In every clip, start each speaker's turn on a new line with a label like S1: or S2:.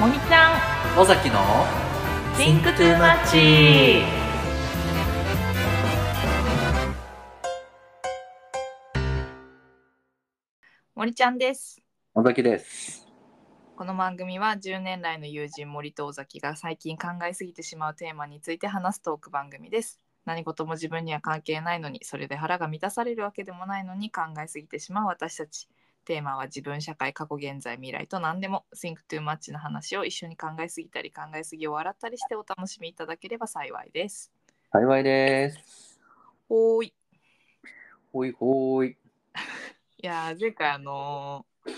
S1: もみちゃん
S2: 尾崎の
S1: Think Too Much 森ちゃんです
S2: 尾崎です
S1: この番組は10年来の友人森と尾崎が最近考えすぎてしまうテーマについて話すトーク番組です何事も自分には関係ないのにそれで腹が満たされるわけでもないのに考えすぎてしまう私たちテーマは自分社会過去現在未来と何でも Think Too Much の話を一緒に考えすぎたり考えすぎを笑ったりしてお楽しみいただければ幸いです
S2: 幸いです
S1: おーいい
S2: ほいほい
S1: やー前回あのー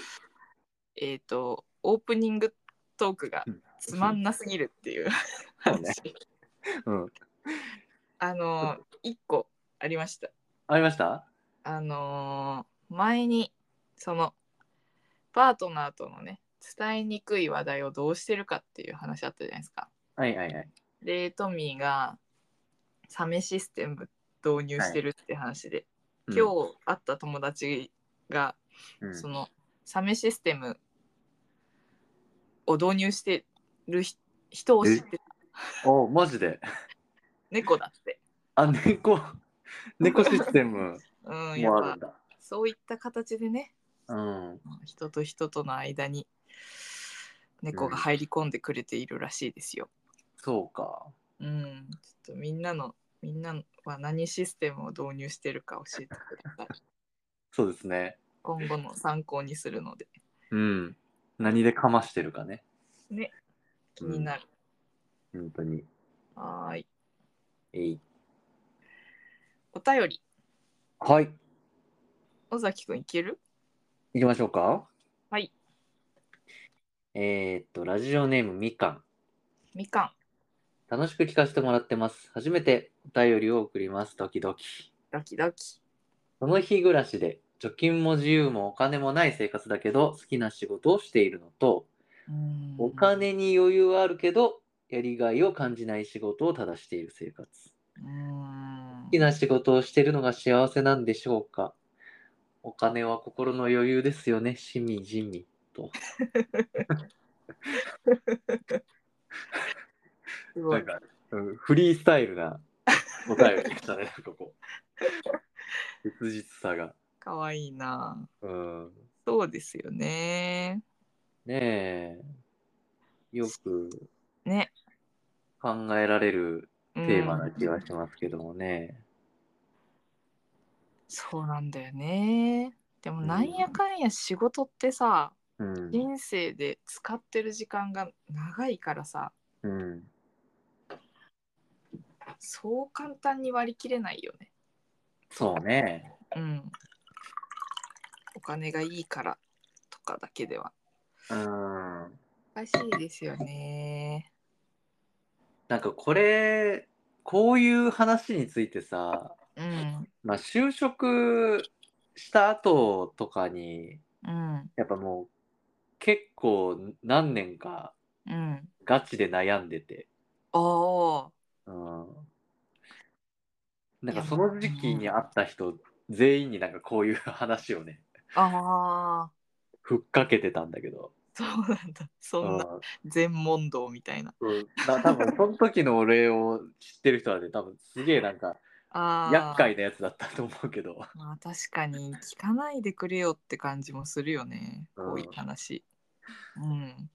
S1: えっ、とオープニングトークがつまんなすぎるっていう
S2: そうね
S1: 話
S2: うん
S1: あのー、1個ありました。
S2: ありました
S1: あのー、前にそのパートナーとのね伝えにくい話題をどうしてるかっていう話あったじゃないですか。
S2: はいはいはい
S1: でトミーがサメシステム導入してるって話で、今日会った友達が、
S2: うん
S1: そのサメシステムを導入してるひ人を知ってた
S2: おマジで
S1: 猫だって。
S2: あ猫猫システム
S1: うん、や
S2: も
S1: っ
S2: ある
S1: ぱ
S2: んだ
S1: そういった形でね
S2: うん
S1: 人と人との間に猫が入り込んでくれているらしいですよ。
S2: そうか
S1: うん、ちょっとみんなのみんなは何システムを導入してるか教えてくだ さい。
S2: そうですね
S1: 今後の参考にするので
S2: うん何でかましてるかね
S1: 気になる。
S2: 本当に
S1: はーい。
S2: えい
S1: お便り、
S2: はい
S1: 尾崎くんいける
S2: 行きましょうか
S1: はい。
S2: えー、っとラジオネームみかん
S1: みかん、
S2: 楽しく聞かせてもらってます初めてお便りを送りますドキドキ
S1: ドキドキ。
S2: その日暮らしで貯金も自由もお金もない生活だけど好きな仕事をしているのと
S1: うん
S2: お金に余裕はあるけどやりがいを感じない仕事をただしている生活
S1: うん
S2: 好きな仕事をしているのが幸せなんでしょうかお金は心の余裕ですよねしみじみと
S1: すごい。
S2: か、うんフリースタイル なお便りでしたねなんかこう切実さが
S1: かわいいな。
S2: うん
S1: そうですよね。
S2: ねえよく
S1: ね。
S2: 考えられる
S1: テ
S2: テーマな気がしますけどもね。
S1: そうなんだよね。でもなんやかんや仕事ってさ、
S2: うん。
S1: 人生で使ってる時間が長いからさ、
S2: うん。
S1: そう簡単に割り切れないよね。
S2: そうね。
S1: うん。お金がいいからとかだけでは。
S2: うん。
S1: 難しいですよね。
S2: なんかこれ、こういう話についてさ、
S1: うん。
S2: まあ就職した後とかに、
S1: うん。
S2: やっぱもう結構何年か
S1: うん。
S2: ガチで悩んでて、
S1: ああ。
S2: うん。なんかその時期に会った人全員になんかこういう話をね、
S1: ああ。
S2: ふっかけてたんだけど。
S1: そうなんだ。そん
S2: う
S1: なん全問答みたいな。
S2: うん、だ多分その時の俺を知ってる人はね多分すげえなんか
S1: ああ。
S2: 厄介なやつだったと思うけど
S1: まあ確かに聞かないでくれよって感じもするよね、
S2: うん
S1: こういう話。うん。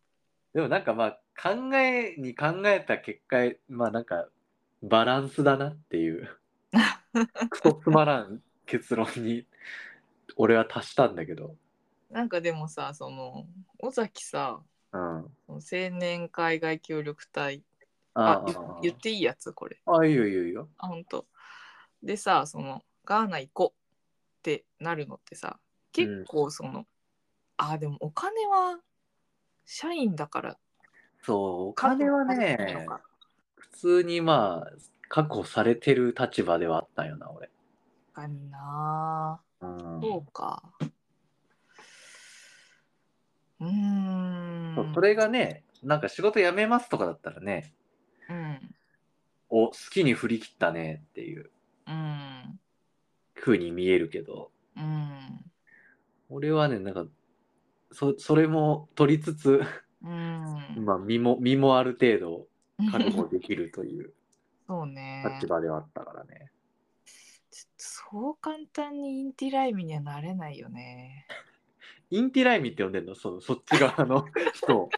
S2: でもなんかまあ考えに考えた結果まあなんかバランスだなっていう クソつまらん結論に俺は達したんだけど、
S1: なんかでもさ、その尾崎さ、
S2: うん、あ
S1: その青年海外協力隊、あ
S2: あ
S1: い言っていいやつこれ。
S2: ああいいよいいよいいよ、
S1: あ、本当。でさ、そのガーナ行こうってなるのってさ、結構その、あでもお金は社員だから
S2: そうお金は
S1: 確保されてる
S2: ね
S1: のか
S2: 普通にまあ確保されてる立場ではあったよな俺、
S1: 確かにな。
S2: うん、
S1: そうか。うーん。
S2: そうそれがねなんか仕事辞めますとかだったらね
S1: うん。
S2: を好きに振り切ったねっていう
S1: うん。
S2: 風に見えるけど
S1: うん。
S2: 俺はねなんかそそれも取りつつ
S1: うん。うん
S2: まあ、身も身もある程度覚
S1: そ
S2: 悟できるという
S1: うね
S2: 立場ではあったからね。
S1: ちょっとそう簡単にインティライミにはなれないよね
S2: インティライミって呼んでんのそのそっち側の人を。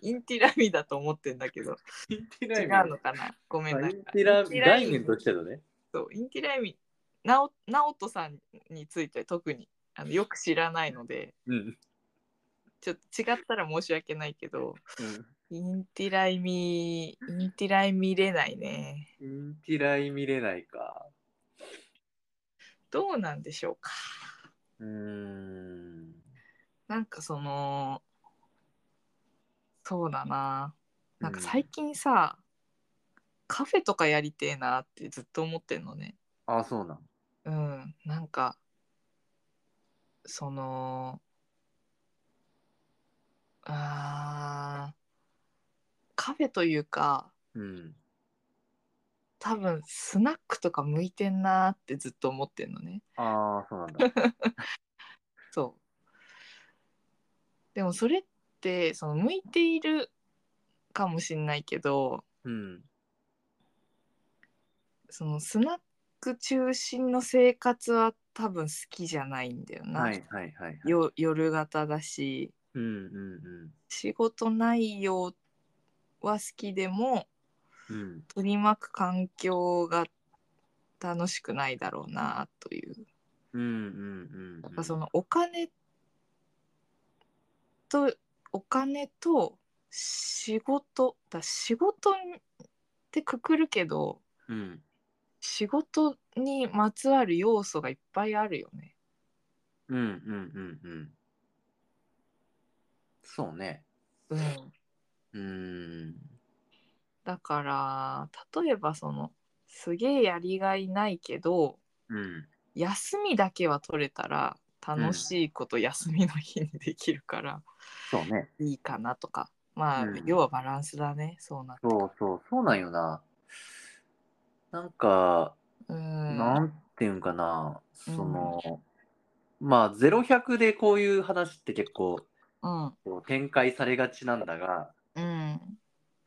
S1: インティライミだと思ってんだけど
S2: インティ
S1: 違
S2: ライ
S1: う
S2: ミ。あ
S1: のかなごめんな
S2: イ
S1: さい
S2: ンティラ
S1: インティライ
S2: 概
S1: ミ
S2: 念としてのね。
S1: そうインティライミなお直人さんについて特にあのよく知らないので
S2: うん。
S1: ちょっと違ったら申し訳ないけど
S2: うん
S1: インティライミインティライミれないね
S2: インティライミれないか。
S1: どうなんでしょうか
S2: うーん。
S1: なんかそのそうだななんか最
S2: 近。
S1: 近さ、カフェとかやりてえなってずっと思ってんのね
S2: あ、そうなん。
S1: うんなんかそのあーカフェというか
S2: うん。
S1: 多分スナックとか向いてんなってずっと思ってんのね
S2: ああ、そうなんだ。
S1: そうでもそれってその向いているかもしんないけど
S2: うん。
S1: そのスナック中心の生活は多分好きじゃないんだよな、
S2: はいはいはい、はい。
S1: よ夜型だし
S2: うんうん
S1: 仕事内容は好きでも
S2: うん。うん。
S1: 取り巻く環境が楽しくないだろうなという、
S2: うんうんうん、う
S1: まあ
S2: ん。
S1: そのお金とお金と仕事だ仕事ってくくるけど
S2: うん。
S1: 仕事にまつわる要素がいっぱいあるよね。
S2: うんうんうんうん。そうね。
S1: うん
S2: うーん。
S1: だから例えばそのすげえやりがいないけど
S2: うん。
S1: 休みだけは取れたら楽しいこと休みの日にできるから
S2: そうね。
S1: いいかなとか、まあ、
S2: うん
S1: 要はバランスだねそうなってく
S2: そうそう、そうなんよな。なんか、
S1: うー
S2: なんんていうんかな、
S1: うん
S2: その、まあ、0100でこういう話って結構
S1: うん
S2: こう展開されがちなんだが、
S1: うん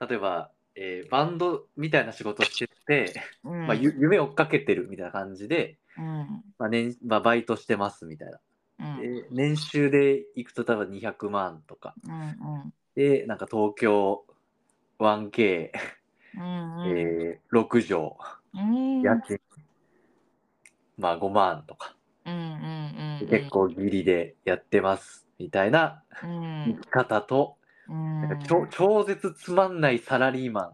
S2: 例えば、えーバンドみたいな仕事してて、
S1: うん
S2: まあ、ゆ夢追っかけてるみたいな感じで、
S1: うん
S2: まあ年まあ、バイトしてますみたいな。
S1: うん
S2: で年収でいくと多分200万とか。
S1: うんうん
S2: で、なんか東京 1K、
S1: うんうん
S2: えー6
S1: うん
S2: 畳、家賃、まあ5万とか。
S1: うんうんうん
S2: 結構ギリでやってますみたいな
S1: うん
S2: 生き方と、
S1: うん
S2: なんか超超絶つまんないサラリー マン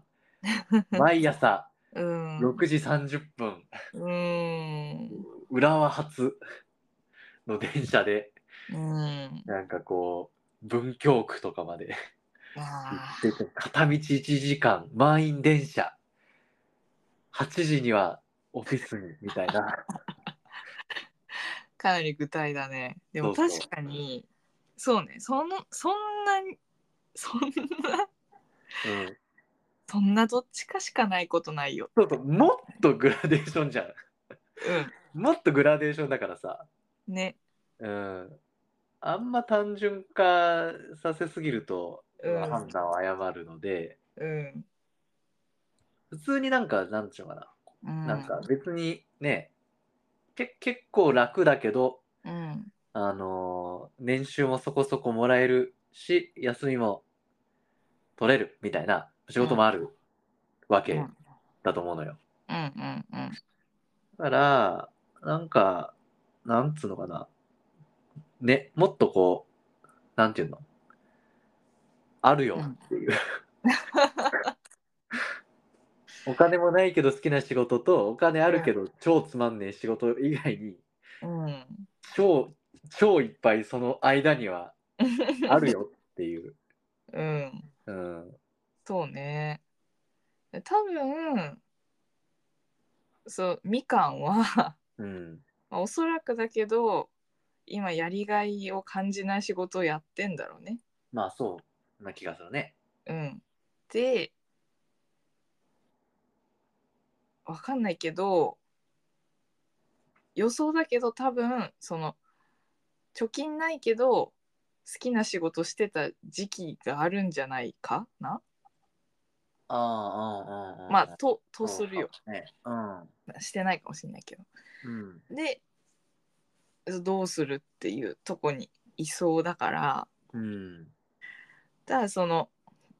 S2: 毎朝
S1: うん
S2: 6時30分
S1: うん
S2: 浦和発の電車で
S1: うん
S2: なんかこう文京区とかまで
S1: あ
S2: 行ってて片道1時間満員電車8時にはオフィスにみたいな
S1: かなり具体だねでも
S2: そうそう
S1: 確かにそうねそのそんなにそんな
S2: うん
S1: そんなどっちかしかないことないよ
S2: そうそうもっとグラデーションじゃんもっとグラデーションだからさ
S1: うんね
S2: うんあんま単純化させすぎると
S1: うん
S2: 判断を誤るので、
S1: うん
S2: 普通になんかなんちゅうのか
S1: う
S2: な、
S1: ん
S2: なんか別にねけ結構楽だけど、
S1: うん
S2: あのー年収もそこそこもらえるし休みも取れるみたいな仕事もあるわ
S1: う
S2: け
S1: ん
S2: だと思うのよ。
S1: うんうんうん
S2: だからなんかなんつうのかなねもっとこうなんていうのあるよっていう、 お金もないけど好きな仕事とお金あるけど超つまんねえ仕事以外に
S1: うん
S2: 超超いっぱいその間に はあるよっていう、
S1: うん
S2: うん、
S1: そうね多分そうみかんは
S2: うん、
S1: まあおそらくだけど今やりがいを感じない仕事をやってんだろうね
S2: まあそうな気がするね
S1: うん、でわかんないけど予想だけど多分その貯金ないけどきな仕事してた時期があるんじゃないかな
S2: ああ、ああ、ああ。
S1: まあ、ととするよ
S2: そうね。うん。
S1: してないかもしれないけど
S2: うん。
S1: でどうするっていうとこにいそうだから
S2: うん。
S1: ただその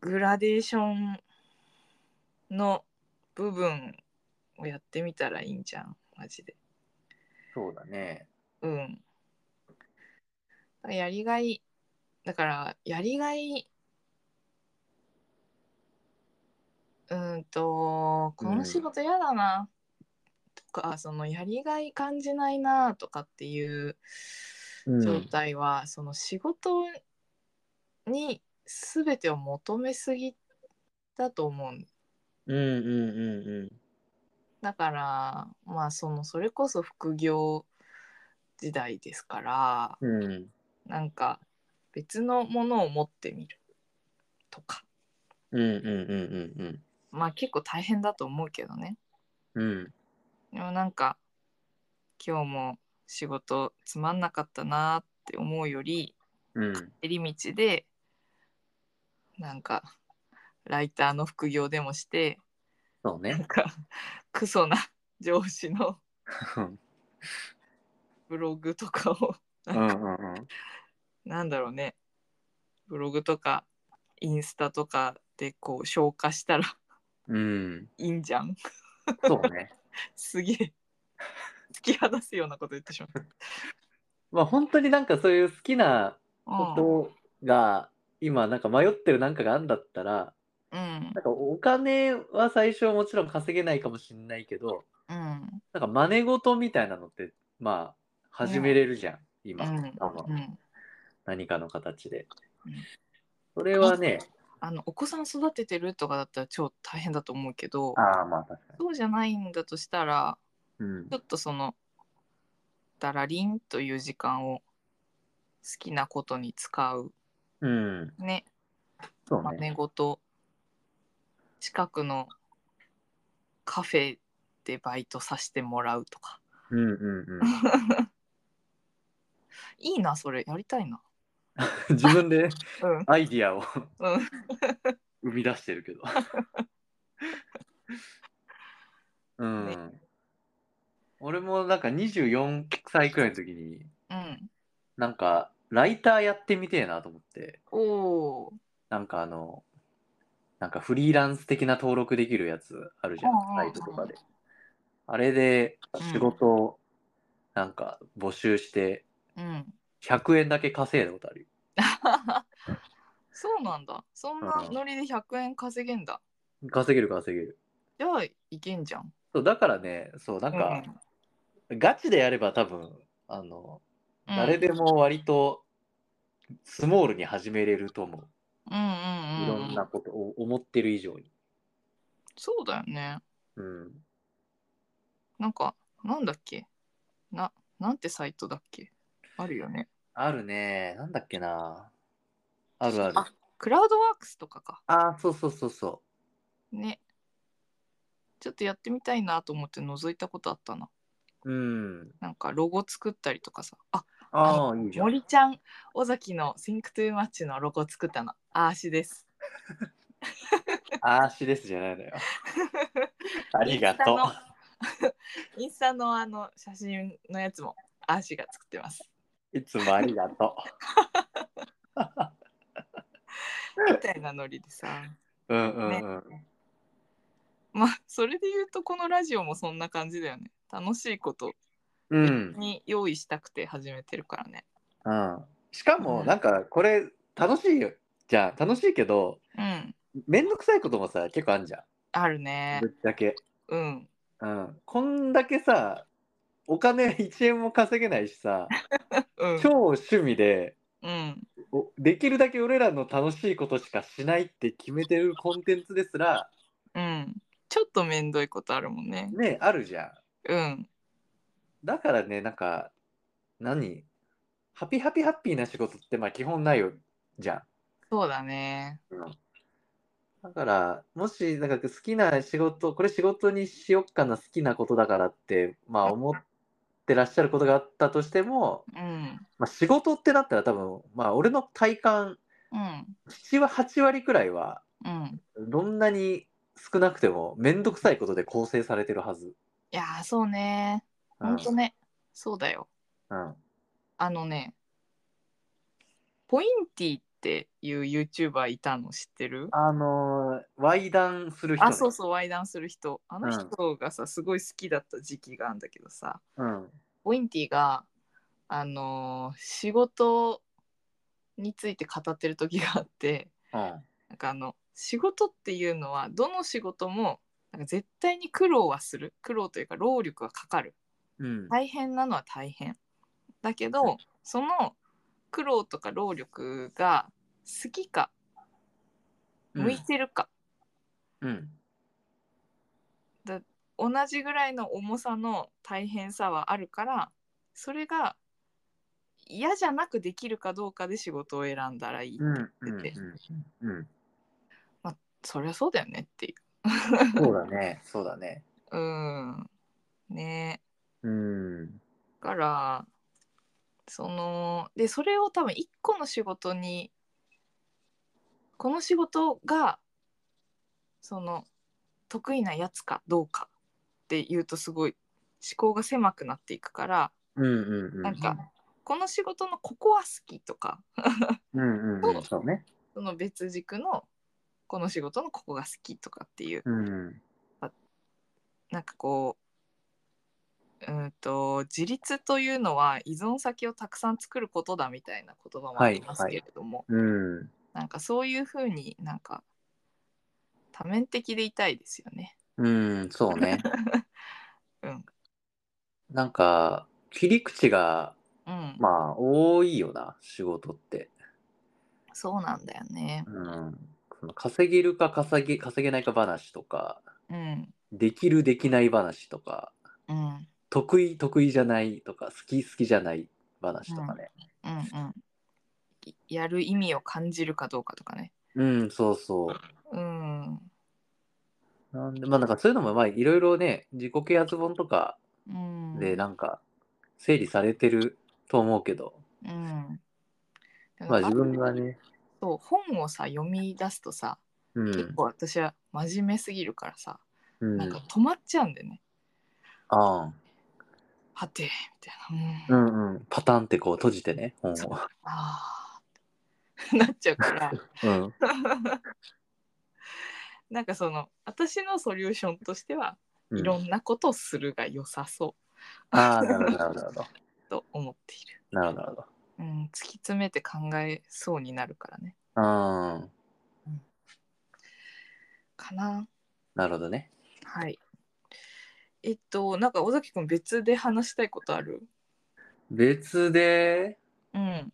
S1: グラデーションの部分をやってみたらいいんじゃんマジで
S2: そうだね。
S1: うんだからやりがいだからやりがいうーんとこの仕事嫌だな、とかそのやりがい感じないなとかっていう
S2: うん
S1: 状態は、その仕事に全てを求めすぎだと思うん
S2: うんうんうんうん。
S1: だからまあそのそれこそ副業時代ですから
S2: うん。
S1: なんか別のものを持ってみるとか
S2: うんうんうんうん
S1: まあ結構大変だと思うけどね
S2: うん。うん。
S1: でもなんか今日も仕事つまんなかったなって思うより
S2: うん。
S1: 帰り道でなんかライターの副業でもして
S2: そう
S1: なん
S2: ね。
S1: かクソな上司のブログとかを
S2: うんうんうん。
S1: なんだろうねブログとかインスタとかでこう消化したら
S2: うん。
S1: いいんじゃん
S2: そうね。
S1: すげえ突き放すようなこと言ってしまった。
S2: まあ本当になんかそういう好きな
S1: うん
S2: ことが今なんか迷ってるなんかがあんだったら、
S1: うん
S2: なんかお金は最初もちろん稼げないかもしんないけど、
S1: うん
S2: なんか真似事みたいなのってまあ始めれるじゃん、今、
S1: うん
S2: 多分
S1: うん
S2: 何かの形で
S1: うん。
S2: それはね、
S1: あのお子さん育ててるとかだったら超大変だと思うけど
S2: ああまあ確かに。
S1: そうじゃないんだとしたら
S2: うん
S1: ちょっとそのだらりんという時間を好きなことに使う
S2: うん、
S1: ね
S2: そう
S1: 真
S2: ね。
S1: 似事近くのカフェでバイトさせてもらうとか
S2: うんうん
S1: いいなそれやりたいな
S2: うん。 自分で
S1: うん
S2: アイディアを
S1: うん
S2: 生み出してるけ ど。うん。俺もなんか24歳くらいの時に、
S1: うん
S2: なんかライターやってみてえなと思って、
S1: おお
S2: なんかあの、なんかフリーランス的な登録できるやつあるじゃ
S1: うんうんうん
S2: ん、サイトとかで。あれで仕事をなんか募集して
S1: うん
S2: 100円だけ稼いだことあるよ。
S1: そうなんだそんなノリで100円稼げんだ
S2: 稼げる稼げる。
S1: じゃあいけんじゃん
S2: そうだからね、そうなんか、ガチでやれば多分あの、
S1: うん
S2: 誰でも割とスモールに始めれると思
S1: うん
S2: う。
S1: うん
S2: い
S1: うん
S2: ろんなことを思ってる以上に。
S1: そうだよね
S2: うん。
S1: なんかなんだっけななんてサイトだっけあるよね
S2: あるね。なんだっけな。あるある。
S1: あクラウドワークスとかか
S2: あーそうそうそうそ
S1: ねちょっとやってみたいなと思って覗いたことあったな
S2: う。うん。
S1: なんかロゴ作ったりとかさあ
S2: ああ、いいじゃん。
S1: 森ちゃん尾崎の Think to Much のロゴ作ったのあーしです
S2: あーしですじゃないの よ。ありがとう。
S1: インスタのあ の写真のやつもあーしが作ってます
S2: いつもありがと
S1: みたいなノリでさ
S2: う。うんうんうん。
S1: まあそれで言うとこのラジオもそんな感じだよね楽しいこと
S2: うん。
S1: に用意したくて始めてるからね
S2: うん、しかもなんかこれ楽しいよじゃあ楽しいけど
S1: うん
S2: めんどくさいこともさ結構あんじゃ
S1: ある
S2: ん
S1: ね
S2: ぶっちゃけ、
S1: うん
S2: うん、こんだけさお金1円も稼げないしさ
S1: うん
S2: 超趣味で
S1: うん
S2: おできるだけ俺らの楽しいことしかしないって決めてるコンテンツですら
S1: うんちょっとめんどいことあるもんね
S2: ねあるじゃん
S1: うん
S2: だからねなんか何ハピハピハッピーな仕事ってまあ基本ないよじゃん
S1: そうだね
S2: だから、もし、なんか好きな仕事、これ仕事にしよっかな、好きなことだからって、まあ思っってらっしゃることがあったとしても、
S1: うん
S2: まあ、仕事ってなったら多分、まあ、俺の体感
S1: うん
S2: 7は8割くらいは
S1: うん
S2: どんなに少なくても面倒くさいことで構成されてるはず。
S1: いやーそうね
S2: うん
S1: ほんとねそうだよ
S2: うん
S1: あのねポインティっていう YouTuber いたの知ってる
S2: あのー、猥談する人ね、
S1: あそうそうワイダンする人あの人がさ、すごい好きだった時期があるんだけどさ
S2: うん。
S1: ポインティがあのー仕事について語ってる時があって
S2: うん。
S1: なんかあの仕事っていうのはどの仕事もなんか絶対に苦労はする苦労というか労力はかかる
S2: うん。
S1: 大変なのは大変だけどその苦労とか労力が好きか
S2: うん
S1: 向いてるか、
S2: うん。
S1: 同じぐらいの重さの大変さはあるからそれが嫌じゃなくできるかどうかで仕事を選んだらいい、
S2: うん。うん。う
S1: 出て
S2: んうん。
S1: そりゃそうだよねってい
S2: そうだね。そうだね。
S1: ううんね
S2: うん。
S1: だからそのでそれを多分一個の仕事にこの仕事がその得意なやつかどうかっていうとすごい思考が狭くなっていくから
S2: うんうんうん。
S1: なんか。この仕事のここは好きとか
S2: うんうんうん。そうね。
S1: その別軸のこの仕事のここが好きとかっていう
S2: うん。
S1: なんかこううーんと自立というのは依存先をたくさん作ることだみたいな言葉もありますけれども、
S2: うん。
S1: なんかそういうふうになんか多面的でいたいですよね。
S2: うん。そう ね。
S1: うん
S2: なんか、切り口が、
S1: うん、
S2: まあ、多いよな、仕事って。
S1: そうなんだよね。
S2: うん。その稼げるか稼げ、稼げないか話とか、
S1: うん
S2: できるできない話とか、
S1: うんうん
S2: 得意得意じゃないとか、好き好きじゃない話とかね。
S1: うんいやる意味を感じるかどうかとかね。
S2: うん、そうそう。
S1: うん
S2: なんで、まあなんかそういうのも、まあいろいろね、自己啓発本とか
S1: うん、
S2: でなんか整理されてると思うけど、
S1: うん、
S2: まあ自分がね、
S1: そう本をさ読み出すとさ、
S2: うん、
S1: 結構私は真面目すぎるからさ、
S2: うん、
S1: なんか止まっちゃうんだよね。
S2: あ
S1: はてみたいな、
S2: あ、う
S1: うん、
S2: んうん、パタンってこう閉じてね、本を。
S1: あー なっちゃうから
S2: うん、
S1: なんかその私のソリューションとしては
S2: うん
S1: いろんなことをするが良さそ
S2: ああ、なるほど、なるほど、なるほど
S1: うと思っている。
S2: なるほどなるほど。
S1: うん、突き詰めて考えそうになるからね。
S2: ああ、
S1: かな。
S2: なるほどね。
S1: はい。えっとなんか尾崎くん別で話したいことある？
S2: 別で、
S1: うん。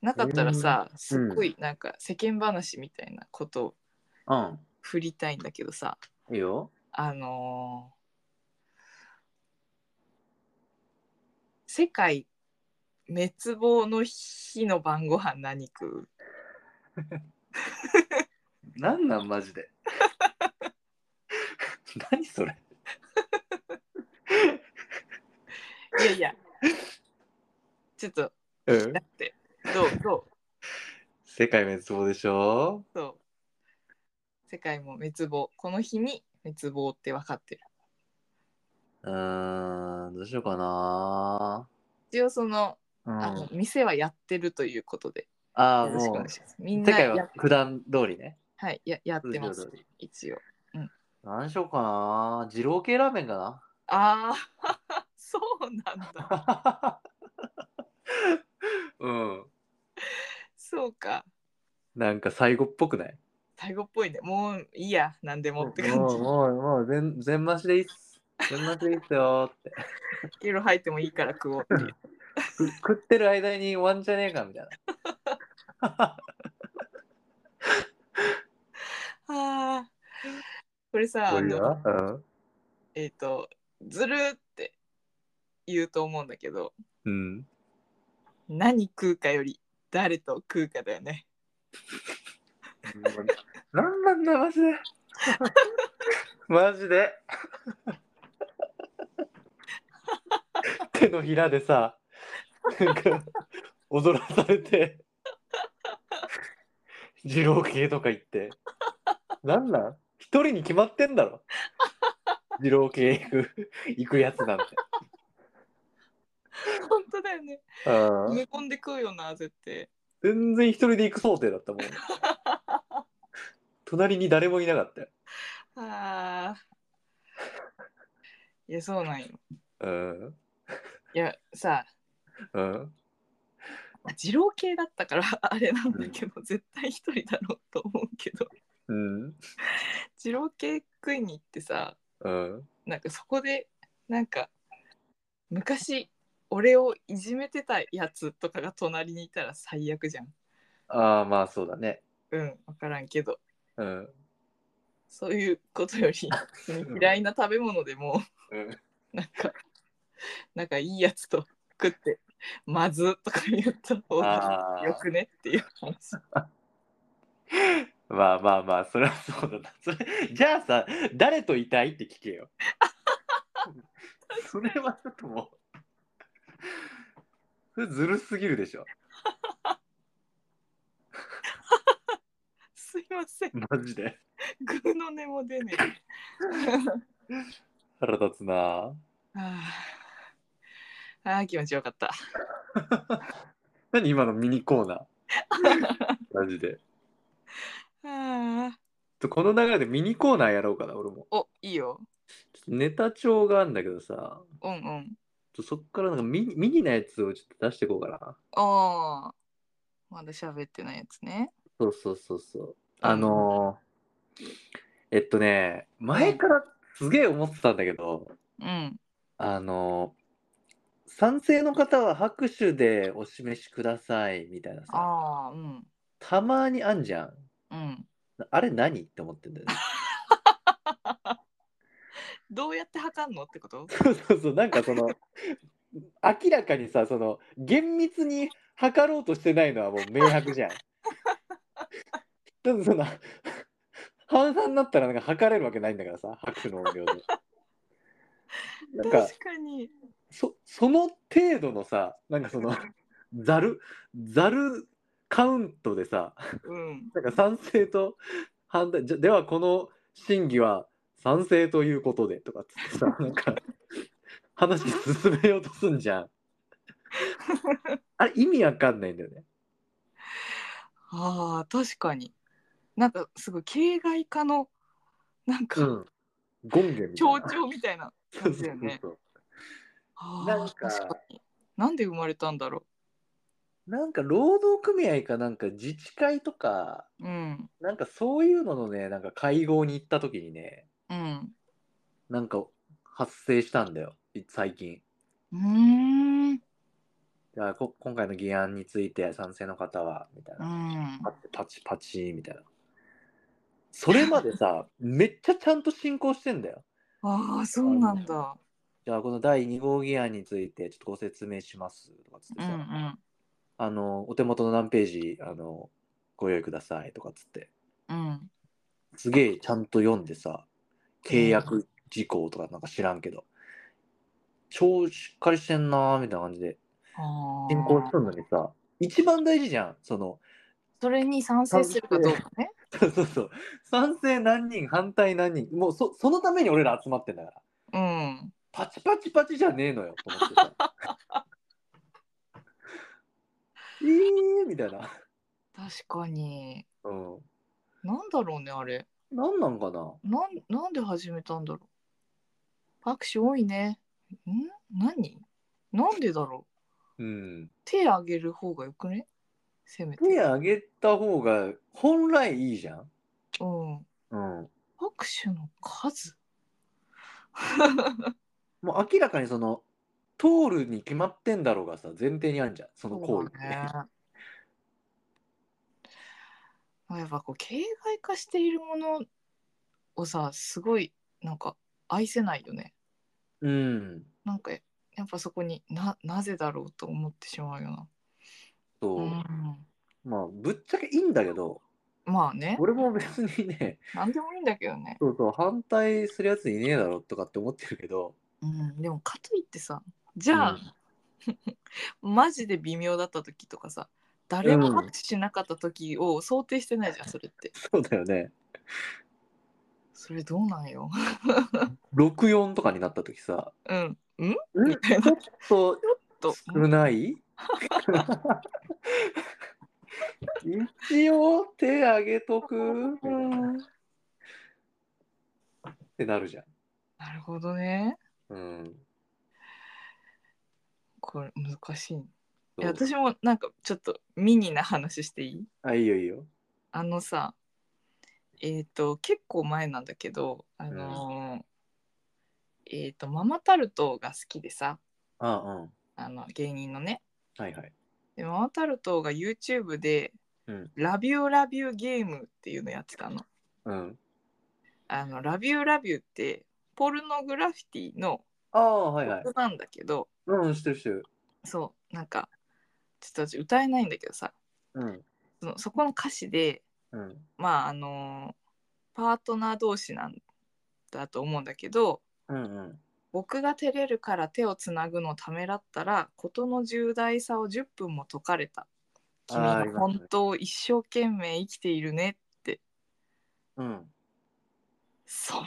S1: なかったらさ、すっ
S2: うん
S1: ごいなんか世間話みたいなことを
S2: うん、
S1: 振りたいんだけどさ、
S2: いいよ。
S1: あのー世界滅亡の日の晩ご飯何食う
S2: なんなん、マジで。 何それ。
S1: いや いや、ちょっと
S2: うん
S1: だって、どうどう
S2: 世界滅亡でしょ
S1: そう。世界も滅亡。この日に滅亡って分かってる。
S2: うーん、どうしようかな。
S1: 一応その,、
S2: うん、
S1: あの店はやってるということで、
S2: ああ、
S1: よろしくお
S2: も
S1: 願
S2: う
S1: い、します。みん
S2: 世
S1: な
S2: 界
S1: や
S2: は普段通りね。
S1: はい、ややっ
S2: 通
S1: てま
S2: 常
S1: す
S2: 通、り。
S1: 一応。
S2: 何しようかな。二郎系ラーメンか
S1: ああ、 そうなんだ。
S2: な。 うん。
S1: そうか。
S2: なんか最後っぽくない
S1: タイ語っぽいね。もういいや、何でもって感
S2: も
S1: じ
S2: う、。もう、もう、全、全マシでいいっす。全マシでいいっすよって。
S1: 色々入ってもいいから食おうって いう。
S2: く食ってる間に終わんじゃねえかみた いな。
S1: ああ。これさ、あ
S2: う
S1: の、
S2: よ。
S1: えっ、と、ずるって言うと思うんだけど、
S2: うん。うん。
S1: 何食うかより誰と食うかだよね。
S2: なんなんだ、マジ で。マジで。手のひらでさなんか踊らされて二郎系とか言ってなんなん一人に決まってんだろ二郎系行く行くやつなんて
S1: 本当だよね。
S2: あ
S1: 埋め
S2: ー
S1: 込んでくるよな、絶対。
S2: 全然一人で行く想定だったもん隣に誰もいなかったよ
S1: ああ。いや、そうなんよ。
S2: うん
S1: いや、さ、
S2: うん
S1: 二郎系だったから あれなんだけど、絶対一人だろうと思うけど、
S2: うん
S1: 二郎系食いに行ってさ、
S2: うん
S1: なんかそこで、なんか、昔、俺をいじめてたやつとかが隣にいたら最悪じゃん。
S2: ああまあそうだね
S1: うん、わからんけど、
S2: うん
S1: そういうことより、嫌いな食べ物でも、
S2: うん
S1: なんか、なんかいいやつと食って、まずとか言った方が
S2: ああ
S1: よくねっていう話。
S2: まあまあまあそれはそうだな それじゃあさ誰といたいって聞けよ それはちょっともう それずるすぎるでしょ
S1: すいません、
S2: マジで
S1: グーの音も出ね
S2: 腹立つな
S1: え。はあああ、気持ちよかった。
S2: 何今のミニコー ナーマジで
S1: はあ
S2: ちょっとこの流れでミニコーナーやろうかな俺も
S1: お、いいよ。
S2: ちょっとネタ帳があるんだけどさ
S1: うんうん。
S2: ちょっとそっからなんかミニミニなやつをちょっと出していこうかな
S1: ああ。まだ喋ってないやつね。
S2: そうそうそうそう。あのーえっとね、前からすげえ思ってたんだけど、
S1: うん。
S2: あのー賛成の方は拍手でお示しくださいみたいなさ、
S1: ああ、うん。
S2: たまにあんじゃん。
S1: うん。
S2: あれ何って思ってんだよね。
S1: どうやって測んのってこと
S2: そうそうそう、なんかその、明らかにさ、その、厳密に測ろうとしてないのはもう明白じゃん。だってその、半々になったらなんか測れるわけないんだからさ、拍手の音量で。なんか、
S1: 確かに。
S2: そその程度のさ、なんかその、ざる、ざるカウントでさ、
S1: うん。
S2: なんか賛成と反対じゃではこの審議は賛成ということでとかっつってさなんか話進めようとすんじゃん。あれ意味わかんないんだよね。
S1: ああ、確かに。なんかすごい形骸化の、なんか、
S2: ん。ゴンゲみたい
S1: 象
S2: な。
S1: 徴みたいな
S2: そ
S1: 感
S2: う
S1: じ
S2: そ
S1: だよ
S2: うそう
S1: ね。
S2: そう
S1: あ
S2: な
S1: あ
S2: ん
S1: ー、
S2: か
S1: 確かに。なんで生まれたんだろ
S2: なんか労働組合かなんか自治会とか
S1: う。うん。
S2: なんかそういうののねなんか会合に行った時にね
S1: うん。
S2: なんか発生したんだよい最近。
S1: うーん。
S2: じゃあこ今回の議案について賛成の方はみたいな
S1: う。ん。
S2: パチパチパチみたいな。それまで さ、めっちゃちゃんと進行してんだよ。
S1: ああ、そうなんだ。
S2: じゃあこの第2号議案についてちょっとご説明しますとかつって
S1: う
S2: さ、
S1: んうん。
S2: あのお手元の何ページあのご用意くださいとかつって
S1: うん。
S2: すげえちゃんと読んでさ契約事項とかなんか知らんけど、超しっかりしてんなーみたいな感じで
S1: あ
S2: 進行し
S1: あ。
S2: とんのにさ一番大事じゃんその
S1: それに賛成するかどうかね。
S2: そうそうそう賛成何人反対何人もうそそのために俺ら集まってんだから。
S1: うん。
S2: パチパチパチじゃねえのよと思ってさ。えーみたいな。
S1: 確かに。
S2: うん。
S1: なんだろうね、あれ。
S2: なんなんかな
S1: なん、なんで始めたんだろう。拍手多いね。ん何なんでだろう。
S2: うん。
S1: 手あげる方がよくねせめて。
S2: 手あげた方が本来いいじゃん。
S1: うん。
S2: うん。
S1: 拍手の数
S2: もう明らかにその通るに決まってんだろうがさ前提にあるじゃんその行為
S1: そうだね。やっぱこう形骸化しているものをさすごいなんか愛せないよね
S2: うん。
S1: なんかやっぱそこにななぜだろうと思ってしまうよな、
S2: そうう。
S1: ん、
S2: まあぶっちゃけいいんだけど
S1: まあね
S2: 俺も別にね
S1: 何でもいいんだけどね、
S2: そうそう反対するやついねえだろとかって思ってるけど
S1: うん、でもかといってさじゃあ、
S2: うん
S1: マジで微妙だった時とかさ誰も拍手しなかった時を想定してないじゃんそれって
S2: そうだよね。
S1: それどうなんよ
S2: 64とかになった時さ、
S1: うんうん
S2: うん
S1: みたいな
S2: ちょっと
S1: と
S2: 少ない、一応手あげとく、
S1: うん
S2: ってなるじゃん。
S1: なるほどね
S2: うん、
S1: これ難しいい
S2: そう
S1: や私もなんかちょっとミニな話していい
S2: あいいよいいよ。
S1: あのさえっ、と結構前なんだけどあのーえっ、とママタルトが好きでさ
S2: あうん
S1: あの芸人のね
S2: はいはい。
S1: でママタルトが YouTube で
S2: うん
S1: 「ラビューラビューゲーム」っていうのやってたの。
S2: うん、
S1: あのラビューラビューってポルノグラフィティの
S2: ああはいはい。
S1: 曲なんだけど、
S2: うん知ってる知ってる。
S1: そうなんかちょっと私歌えないんだけどさ
S2: うん
S1: そのそこの歌詞で
S2: うん
S1: まああのパートナー同士なんだと思うんだけど
S2: うんうん。
S1: 僕が照れるから手をつなぐのをためらったら事の重大さを10分も解かれた君
S2: あーあ
S1: は
S2: りますね
S1: 本当を一生懸命生きているね
S2: うん、
S1: そん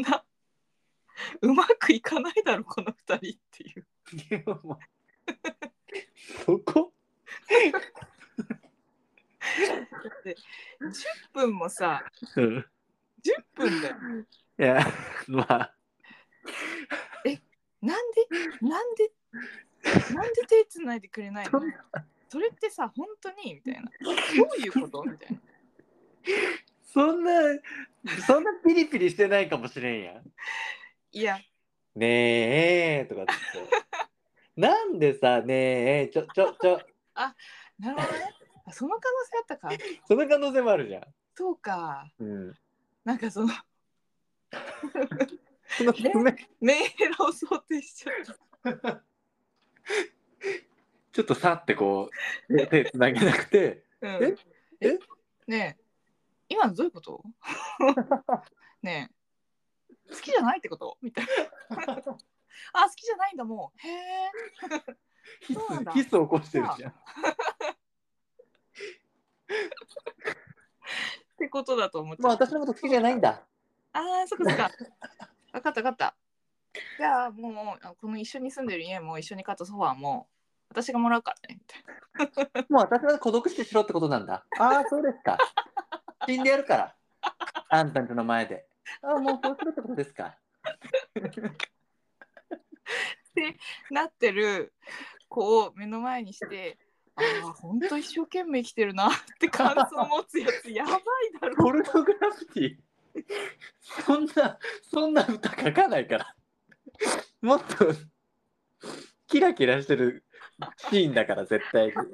S1: なうまくいかないだろこの二人っていう
S2: いやもうそこ
S1: だって10分もさ
S2: うん
S1: 10分だよ
S2: いやまあ
S1: なんでなんでなんで手つないでくれないのそれってさ本当にみたいなどういうことみたいな
S2: そんなそんなピリピリしてないかもしれんやん。
S1: いや
S2: ねえとかって言 って。なんでさ、ねえ、ちょ、ちょ、ちょ、
S1: なるほどねあその可能性あったか
S2: その可能性もあるじゃん。
S1: そうか
S2: うん。
S1: なんかその
S2: その
S1: ね
S2: 爪
S1: メンヘラを想定しちゃった
S2: ちょっとさってこう、手手つなげなく て、
S1: うん、
S2: ええ
S1: ねえ今のどういうこと ねえ好きじゃないってことみたいなあ好きじゃないんだもうへえ
S2: ヒス
S1: そうなんだ、
S2: ヒス起こしてるじゃん。
S1: ってことだと思っちゃ
S2: まあ、
S1: った
S2: 私のこと好きじゃないんだ。
S1: あーそっかそ っか分かった分かったじゃあもうあこの一緒に住んでる家も一緒に買ったソファーも私がもらうからねみたいな
S2: もう私は孤独死しろってことなん だ。ああ、そうですか。死んでやるから。あんたんちの前で。ああ、もうそうするってことですか。
S1: なってる子を目の前にしてああほんと一生懸命生きてるなって感想を持つやつやばいだろ
S2: ポルノグラフィティそんなそんな歌書かないからもっとキラキラしてるシーンだから絶対に
S1: そう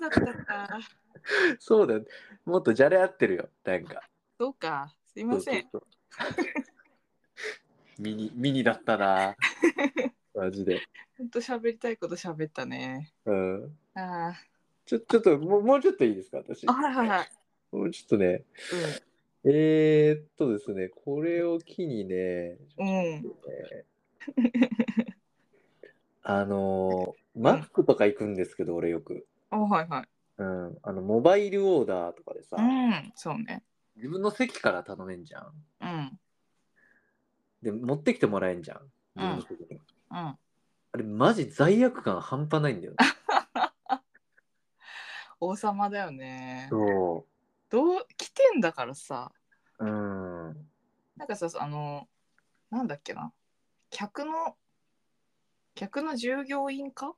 S1: だったか
S2: そうだよもっとじゃれ合ってるよなんか
S1: そうかすいません
S2: そうそうそうミニミニだったなマジで、
S1: ほんと喋りたいこと喋ったね
S2: うん、
S1: あ
S2: ちょちょっともうもうちょっといいですか私
S1: ー あはいはいはい、
S2: もうちょっとねえー、っとですねこれを機にね
S1: うん、うん、
S2: あのーマックとか行くんですけど、俺よく。
S1: あはいはい
S2: うん。あの、モバイルオーダーとかでさ、
S1: うんそうね
S2: 自分の席から頼めんじゃん。
S1: うん
S2: で、持ってきてもらえんじゃん。自分の席に。
S1: うん
S2: あれ、マジ罪悪感半端ないんだよね。
S1: 王様だよね
S2: そ
S1: どう来てんだからさ
S2: う。うん。
S1: なんかさあのなんだっけな客の客の従業員化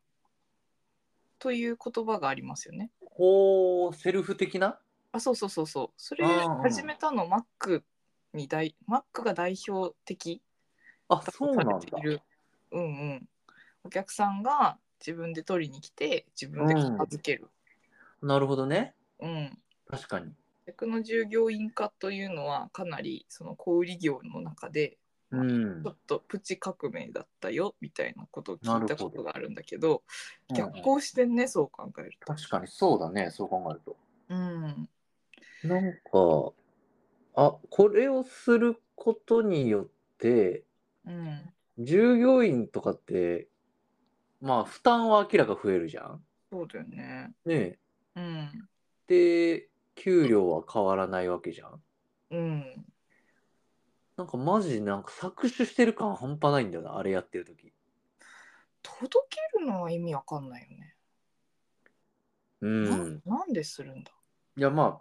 S1: という言葉がありますよね
S2: こう、セルフ的な
S1: あそうそうそうそうそれ
S2: あー
S1: 始めたのマックに代マックが代表的
S2: あ、
S1: だと
S2: そうなんだ
S1: さ。れているうんうんお客さんが自分で取りに来て自分で片付ける
S2: なるほどね。
S1: うん
S2: 確かに。
S1: 客の従業員化というのはかなりその小売業の中で
S2: うん
S1: ちょ。っとプチ革命だったよみたいなことを聞いたことがあるんだけど
S2: う
S1: 逆
S2: ん
S1: 行してんねそう考えると。
S2: 確かにそうだね、そう考えると。
S1: うん、
S2: なんか、あ、これをすることによって、
S1: うん、
S2: 従業員とかってまあ負担は明らか増えるじゃん。
S1: そうだよね。
S2: ね
S1: うん。
S2: えで給料は変わらないわけじゃん。
S1: うん。
S2: なんかマジなんか搾取してる感半端ないんだよなあれやってる時。
S1: 届けるのは意味わかんないよね。
S2: うん。
S1: ななんでするんだ
S2: いやまあ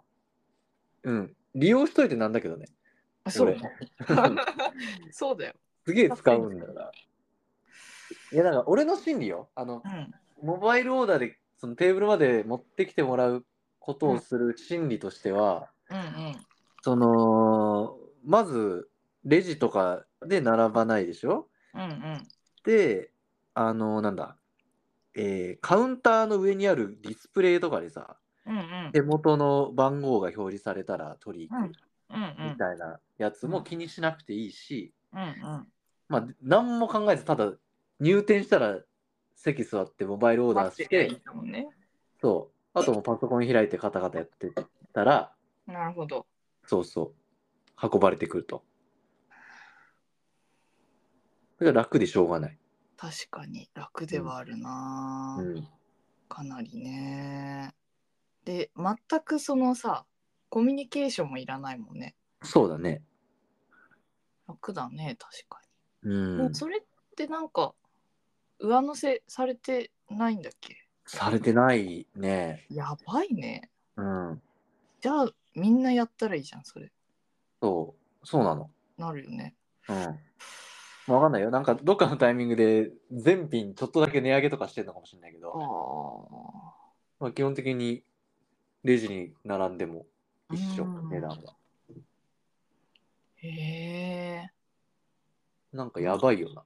S2: うん利用しといてなんだけどね。
S1: あそうね。
S2: 俺
S1: そうだよ。
S2: すげえ使うんだから。いやだから俺の心理よ。あの
S1: うん。
S2: モバイルオーダーでそのテーブルまで持ってきてもらうことをする心理としては、
S1: うんうん。
S2: そのまずレジとかで並ばないでしょ
S1: うんうん。
S2: であのなんだ、えーカウンターの上にあるディスプレイとかでさ
S1: うんうん。
S2: 手元の番号が表示されたら取り行く
S1: うんう
S2: み
S1: ん。
S2: たいなやつも気にしなくていいし、
S1: うんうん。
S2: まあ何も考えずただ入店したら席座ってモバイルオーダー
S1: 待
S2: し
S1: ってりゃいい
S2: て
S1: んだもんね。
S2: そうあともうパソコン開いてカタカタやってたら
S1: なるほど。
S2: そうそう。運ばれてくると。それが楽でしょうがない。
S1: 確かに楽ではあるな、
S2: うん。
S1: かなりね。で全くそのさコミュニケーションもいらないもんね。
S2: そうだね。
S1: 楽だね確か
S2: う
S1: に。も
S2: ん
S1: う。それってなんか上乗せされてないんだっけ
S2: されてないね。
S1: やばいね。
S2: うん。
S1: じゃあみんなやったらいいじゃんそれ。
S2: そう。そうなの。
S1: なるよね。
S2: うん。まあわかんないよ。なんか、どっかのタイミングで、全品ちょっとだけ値上げとかしてるのかもしれないけ
S1: あ
S2: ど、
S1: あ。
S2: まあ、基本的にレジに並んでも一緒
S1: う、ん
S2: 値段は。
S1: へえ。
S2: なんかやばいよな。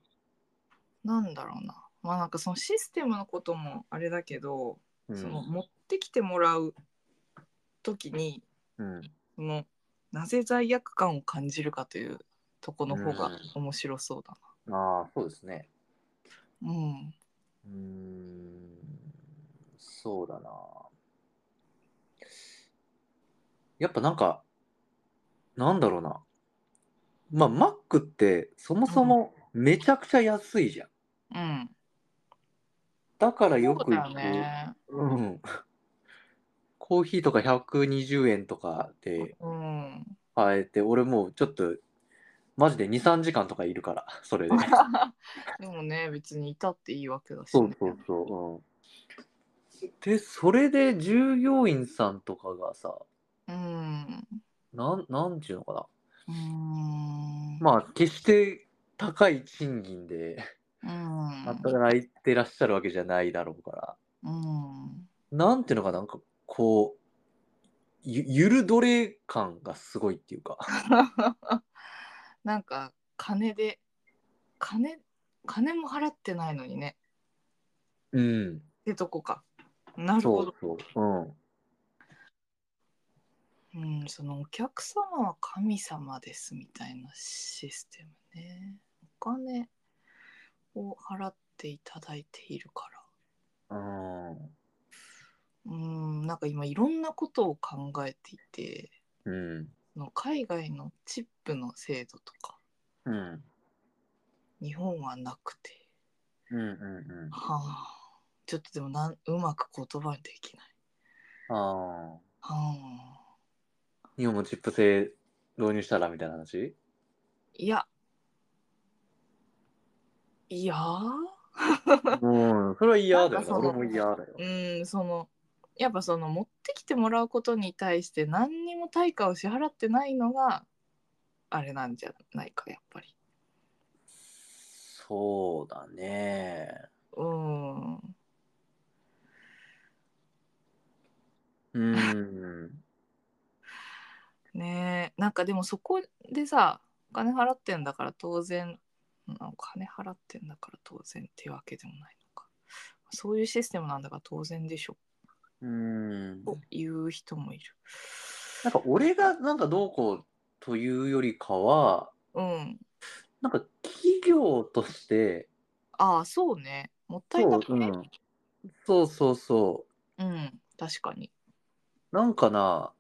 S1: なんだろうな。まあなんかそのシステムのこともあれだけど、
S2: う
S1: その
S2: ん。
S1: 持ってきてもらう時に
S2: うん。
S1: そのなぜ罪悪感を感じるかというとこの方
S2: う
S1: が
S2: ん
S1: 面白そうだ
S2: ああ、そうですね。
S1: な。うん。
S2: うーんそうだな。やっぱなんか、なんだろうな。まあ、マックってそもそもめちゃくちゃ安いじゃん。
S1: うん。
S2: だからよ
S1: そう
S2: く
S1: だ
S2: 行く。
S1: よね。
S2: うん。コーヒーとか120円とかで
S1: うん。
S2: 買えて、俺もうちょっと、マジで2、3時間とかいるから、そ れで。
S1: でもね、別にいたっていいわけだし、
S2: そう
S1: ね。
S2: そうそう。うん、で、それで従業員さんとかがさ、
S1: うん。
S2: なん、なんていうのかな。
S1: うん。
S2: まあ、決して高い賃金で
S1: うん。
S2: 働いてらっしゃるわけじゃないだろうから。
S1: うん。
S2: なんていうのかな、なんかこう、ゆ、ゆるどれ感がすごいっていうか。
S1: なんか金で金金も払ってないのにね
S2: うん。
S1: ってとこかなる
S2: そ
S1: ほ
S2: う
S1: ど
S2: そう。うん。
S1: うんそのお客様は神様ですみたいなシステムねお金を払っていただいているか
S2: うん。
S1: らうんなんか今いろんなことを考えていて
S2: うん。
S1: その海外のチップの制度とか
S2: うん。
S1: 日本はなくて
S2: うんうんうん。
S1: はあちょっとでもなんうまく言葉にできない
S2: ああ。
S1: はあ
S2: 日本もチップ制導入したらみたいな話
S1: いや。いやー
S2: うん、それは嫌だ
S1: な
S2: よ
S1: ん
S2: ね。
S1: かその
S2: 俺も嫌だよ。
S1: うん、その、やっぱその持ってきてもらうことに対して何にも対価を支払ってないのが、あれなんじゃないか、やっぱり。
S2: そうだね。
S1: うん。
S2: うん。
S1: ねえ、なんかでもそこでさ、お金払ってんだから当然、うんお金払ってんだから当然っていうわけでもないのか。そういうシステムなんだから当然でしょ、
S2: うん。
S1: という人もいる。
S2: なんか俺がなんかどうこうというよりかは、
S1: うん。
S2: なんか企業として、
S1: ああ、そうね。もったい
S2: そ
S1: な
S2: う、
S1: く
S2: う
S1: ね。
S2: ん。そうそうそ
S1: うん、確かに。
S2: う。なんかな、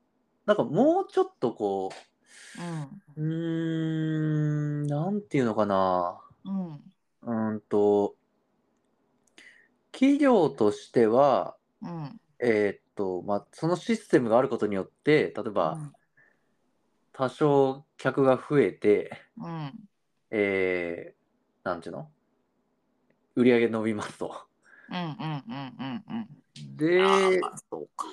S2: なんかもうちょっとこ
S1: う
S2: う、うーん、なんていうのかな。
S1: ん。うん。
S2: うーんと企業としては
S1: うん。
S2: えーっとまあそのシステムがあることによって例えば多少客が増えて、
S1: うん。
S2: えー、なんていうの売り上げ伸びますと。
S1: うんうんうんうんうん。
S2: で、うん、
S1: あーそうか。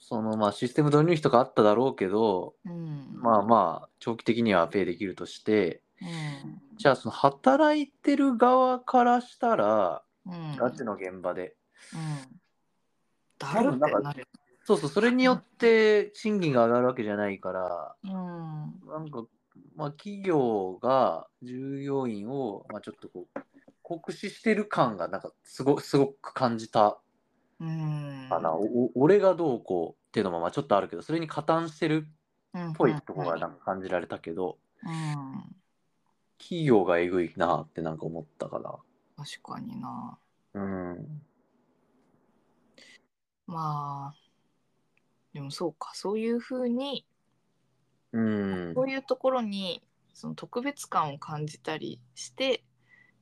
S2: そのまあシステム導入費とかあっただろうけど、
S1: うん。
S2: まあまあ長期的にはペイできるとして、
S1: うん。
S2: じゃあその働いてる側からしたら、
S1: うん。
S2: ガチの現場で。
S1: うん。だるってなる。
S2: そうそう、それによって賃金が上がるわけじゃないから、
S1: うん。
S2: なんか、まあ企業が従業員を、まあちょっとこう、酷使してる感がなんかすごすごく感じた
S1: うん。
S2: かな、おお俺がどうこうっていうのもまあちょっとあるけどそれに加担してる
S1: っ
S2: っぽいとこがなんか感じられたけど、
S1: うん。
S2: 企業がえぐいなってなんか思ったか
S1: 確かにな。
S2: なうん
S1: まあ。でもそうか。そういうふうに、
S2: うん
S1: こういうところに、その特別感を感じたりして、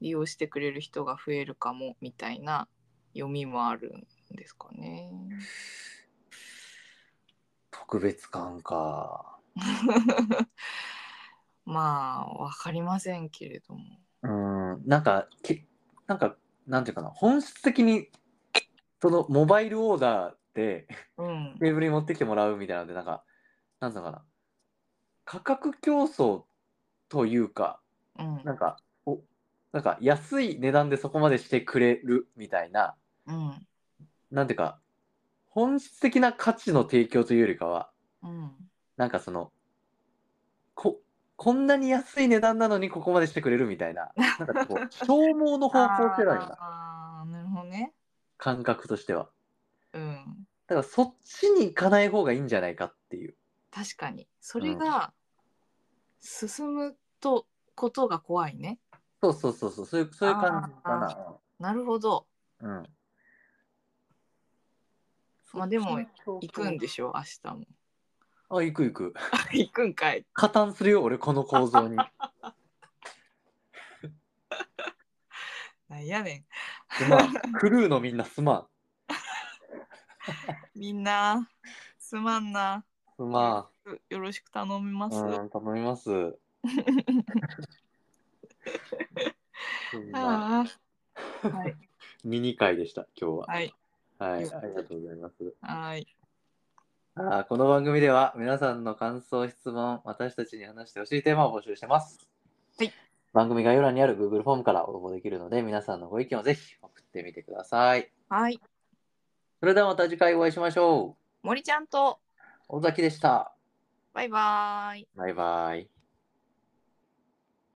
S1: 利用してくれる人が増えるかも、みたいな読みもあるんですかね。
S2: 特別感か
S1: まあわかりませんけれども。
S2: うんなんかけなんかなんていうかな本質的にそのモバイルオーダーで
S1: うん。
S2: テーブルに持ってきてもらうみたいなのでなんかなんていうのかな価格競争というか
S1: うん。
S2: なんか、お、なんか安い値段でそこまでしてくれるみたいな、
S1: うん。
S2: なんていうか、本質的な価値の提供というよりかは、
S1: うん。
S2: なんかその、こ、こんなに安い値段なのにここまでしてくれるみたいな、なんか こう、消耗の方向性だよな、
S1: ああー、なるほどね。
S2: 感覚としては。
S1: うん。
S2: だからそっちに行かない方がいいんじゃないかっていう。
S1: 確かに。それが進むとことが怖いね。
S2: そうそうそうそう、そういう、そういう感じかな。
S1: なるほど。
S2: うん。
S1: まあでも、行くんで
S2: ょ。
S1: しょ、明日も。
S2: あ、行く行く。
S1: 行くんかい。
S2: 加担するよ、俺、この構 造に。
S1: なんやね
S2: すまん。クルーのみんなすまん。
S1: ん。みんな、すまんな。
S2: すま
S1: よよろしく頼みま
S2: ん。
S1: す。
S2: うん、頼みます。 すまん
S1: ああ。はい。
S2: ミニ会でした、今日は。
S1: はい。
S2: はい、
S1: よか
S2: あ
S1: った
S2: りがとうございます。
S1: はい。
S2: あーこの番組では皆さんの感想、質問、私たちに話してほしいテーマを募集してます。
S1: はい。
S2: 番組概要欄にある Google フォームから応募できるので、皆さんのご意見をぜひ送ってみてください。
S1: はい。
S2: それではまた次回お会いしましょ
S1: 森ちゃんと、
S2: う。尾崎でした。
S1: バイバーイ。
S2: バイバイ。